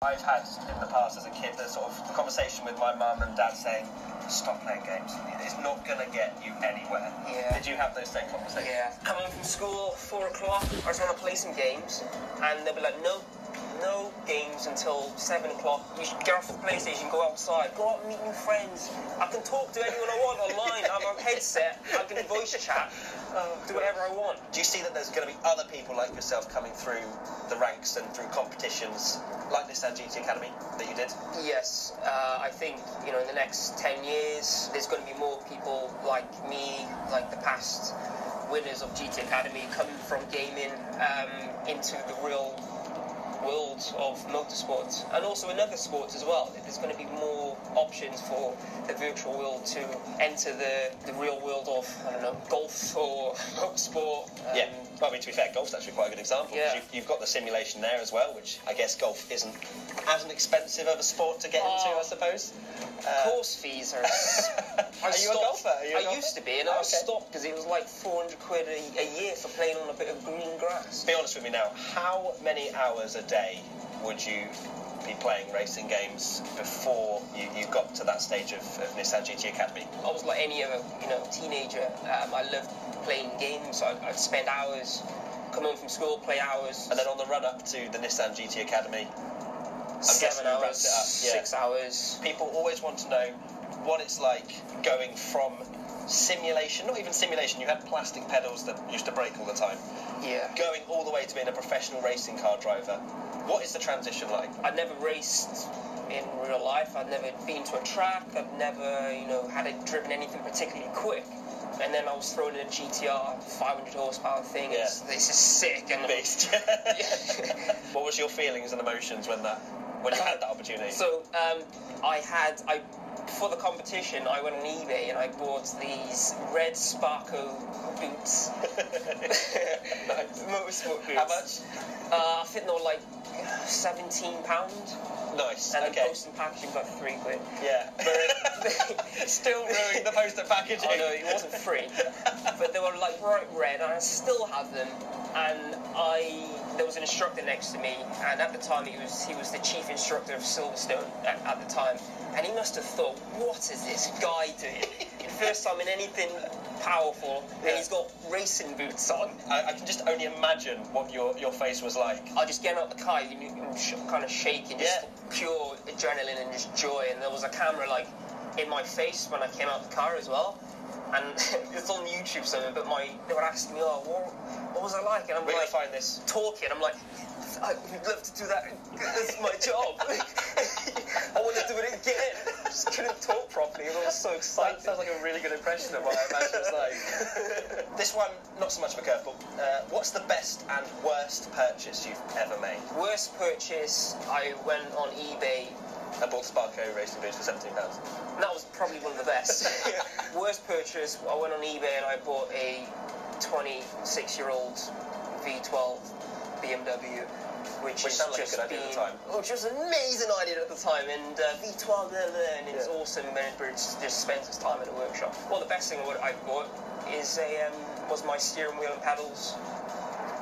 I've had in the past as a kid the sort of the conversation with my mum and dad saying, "Stop playing games. It's not going to get you anywhere." Yeah. Did you have those same conversations? Yeah. Come home from school, four o'clock. I just want to play some games, and they'll be like, no, no games until seven o'clock. You should get off the PlayStation, go outside, go out and meet new friends. I can talk to anyone I want online. I'm on headset. I can voice chat. Uh, do whatever I want. Do you see that there's going to be other people like yourself coming through the ranks and through competitions like this at GT Academy that you did? Yes, uh, I think you know in the next ten years there's going to be more people like me, like the past winners of GT Academy, coming from gaming um, into the real world of motorsports and also in other sports as well. There's going to be more options for the virtual world to enter the, the real world of I don't know golf or motorsport. um, yeah. Well, I mean, to be fair, golf's actually quite a good example. 'cause Yeah. You've, you've got the simulation there as well, which I guess golf isn't as an expensive of a sport to get into, Oh. I suppose. course fees are. Are you a golfer? Are you a I golfer? Oh, used to be, and I Okay. stopped because it was like 400 quid a, a year for playing on a bit of green grass. Be honest with me now. How many hours a day would you be playing racing games before you, you got to that stage of, of Nissan GT Academy? I was like any other, you know, teenager. Um, I loved playing games. I'd, I'd spend hours, come home from school, play hours, And then on the run up to the Nissan GT Academy, guessing seven you hours, wrapped it up, uh, yeah. six hours. people always want to know what it's like going from simulation, not even simulation, you had plastic pedals that used to break all the time, Yeah. going all the way to being a professional racing car driver. What is the transition like? I'd never raced in real life. I'd never been to a track. I'd never, you know, had it driven anything particularly quick. And then I was thrown in a GTR 500 horsepower thing. Yeah. It's, this is sick. And I'm Beast. what was your feelings and emotions when that when you had that opportunity? So um, I had I for the competition I went on eBay and I bought these red Sparko boots, Nice. motorsport boots. How much? Uh, I think they were like seventeen pound, Nice. and the okay. post and packaging was like three quid. yeah. Still ruining the poster packaging. Oh no, it wasn't free, but they were like bright red, and I still have them. And I there was an instructor next to me, and at the time he was he was the chief instructor of Silverstone at, at the time, and he must have thought, what is this guy doing? First time in anything powerful, and he's got racing boots on. I, I can just only imagine what your, your face was like. I just getting out the car, you knew, I'm sh- kind of shaking, just Yeah. pure adrenaline and just joy. And there was a camera like in my face when I came out the car as well. And it's on YouTube somewhere, but my they were asking me, oh, what, what was I like? And I'm We're gonna like find this. talking. I'm like, I would love to do that. That's my job. I want to do it again. Just couldn't talk properly. I was so That excited. sounds like a really good impression of what I imagine it's like. this one, not so much of a curveball. Uh, what's the best and worst purchase you've ever made? Worst purchase, I went on eBay I bought Sparko Racing Boots for seventeen pounds. That was probably one of the best. Worst purchase, I went on eBay and I bought a 26 year old V12 BMW, which, Which is sounded like a just good idea at been, Oh, the time. Which was an amazing idea at the time, and uh, V12, blah, blah, and it's Yeah. awesome, and it just just spends its time in a workshop. Well, the best thing I, would, I bought is a um, was my steering wheel and pedals.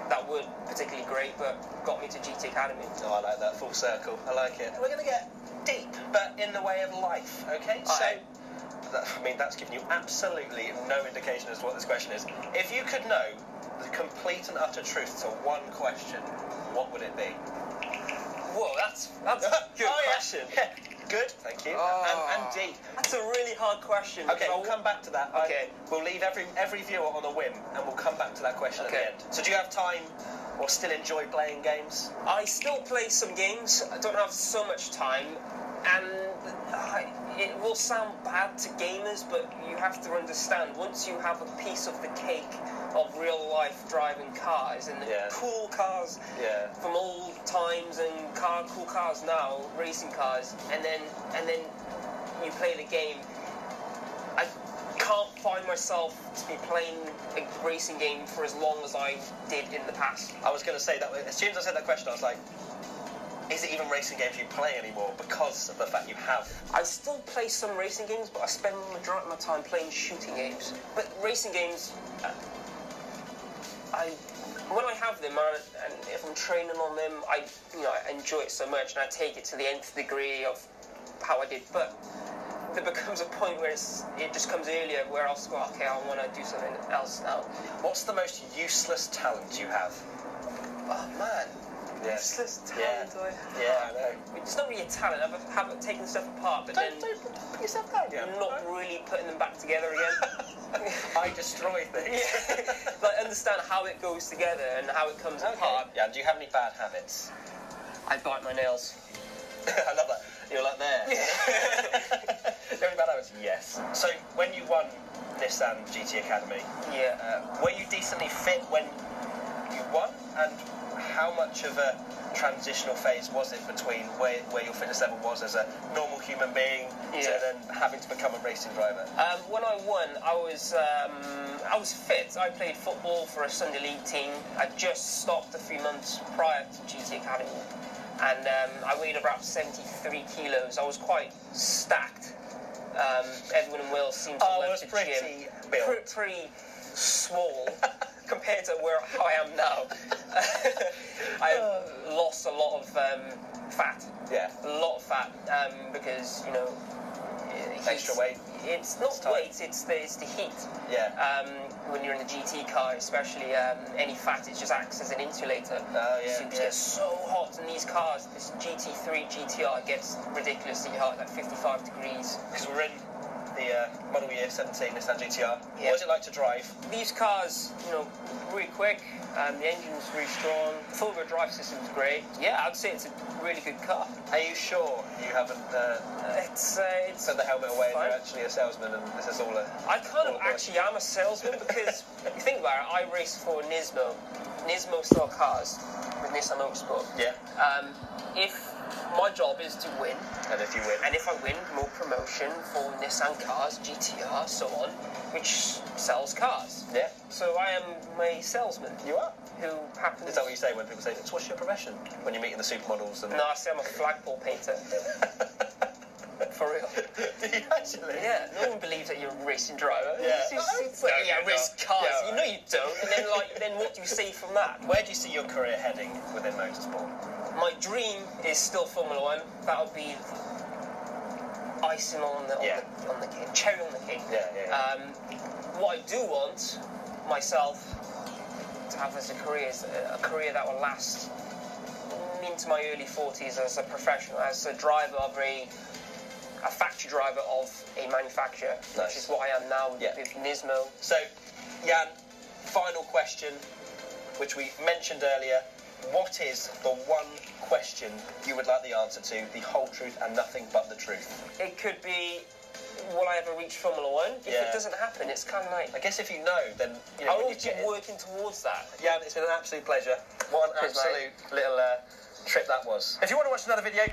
That weren't particularly great, but got me to GT Academy. Oh, I like that full circle. I like it. We're gonna get deep, but in the way of life. Okay. Aye. So, that, I mean, that's given you absolutely no indication as to what this question is. If you could know the complete and utter truth to one question, what would it be? Whoa, that's that's a good Oh, yeah. question. Oh. Yeah. Good. Thank you. And, and deep. That's a really hard question. Oh. Okay, I we'll come back to that. I- Okay. we'll leave every every viewer on a whim, and we'll come back to that question Okay. at the end. So, do you have time, or still enjoy playing games? I still play some games. I don't have so much time, and I, it will sound bad to gamers, but you have to understand once you have a piece of the cake of real life driving cars and Yeah. cool cars Yeah. from old times and car cool cars now, racing cars, and then and then you play the game. I can't find myself to be playing a racing game for as long as I did in the past. I was going to say that as soon as I said that question, I was like, is it even racing games you play anymore because of the fact you have? I still play some racing games, but I spend the majority of my time playing shooting games. But racing games, uh, I when I have them, I, and if I'm training on them, I you know I enjoy it so much, and I take it to the nth degree of how I did. But there becomes a point where it's, it just comes earlier where I'll go, okay, I want to do something else now. What's the most useless talent you have? Oh man, Yes. useless talent. Yeah. I have. Yeah, I know. It's not really a talent. I've, I've taken stuff apart, but Don't, then don't put yourself down. Yeah. not really putting them back together again. I destroy things. Yeah. like understand how it goes together and how it comes apart. Yeah, do you have any bad habits? I bite my nails. I love that. You're like there. Do you have any bad habits? Yes. So when you won Nissan GT Academy, Yeah. uh, were you decently fit when you won? And how much of a transitional phase was it between where, where your fitness level was as a normal human being Yeah. to then having to become a racing driver? Um, when I won, I was um, I was fit. I played football for a Sunday league team. I just stopped a few months prior to GT Academy, and um, I weighed about 73 kilos. I was quite stacked. Um, everyone in Wales seems to I love Oh, was the pretty gym. built. Pre- pretty swole compared to where how I am now. Oh. I lost a lot of um, fat Yeah. a lot of fat um, because you know heat- Extra weight. It's not time. weight; it's the it's the heat. Yeah. Um, when you're in the GT car, especially um, any fat, it just acts as an insulator. Oh, yeah, So it yeah. gets so hot in these cars. This GT3 GTR gets ridiculously hot, like 55 degrees. Because we're in the uh, model year 17 Nissan GTR. Yeah. What was it like to drive? These cars, you know, really quick. Um, the engine's really strong. Four-wheel drive system's great. Yeah, I'd say it's a really good car. Are you sure you haven't uh, It's uh, it's put the helmet away and Fine. you're actually a salesman and this is all a. I kind Oh, of boy. actually am a salesman because you think about it, I race for Nismo. Nismo sell cars with Nissan Motorsport. Yeah. Um, if my job is to win, And if you win. and if I win, more promotion for Nissan cars, GTR, so on, which sells cars. yeah. So I am a salesman You are. who happens. Is that what you say when people say, "So what's your profession? When you're meeting the supermodels and. No, I say I'm a flagpole painter. for real. Do you actually? Yeah, no one believes that you're a racing driver. Yeah. It's just- it's like, No, yeah, you're race not. cars. Yeah, you know you don't. And then like, then what do you see from that? Where do you see your career heading within motorsport? My dream is still Formula One. That'll be icing on the on, Yeah. the, on the cake, cherry on the cake. Yeah, yeah, yeah. Um, what I do want myself to have as a career is a, a career that will last into my early 40s as a professional, as a driver of a a factory driver of a manufacturer, Nice. which is what I am now Yeah. with Nismo. So, Jan, final question, which we mentioned earlier. What is the one question you would like the answer to? The whole truth and nothing but the truth. It could be, will I ever reach Formula One? If Yeah. it doesn't happen, it's kind of like I guess if you know, then you know. I'll when you always be get it- working towards that. Jan, it's been an absolute pleasure. What an Cheers, absolute mate. little uh, trip that was. If you want to watch another video,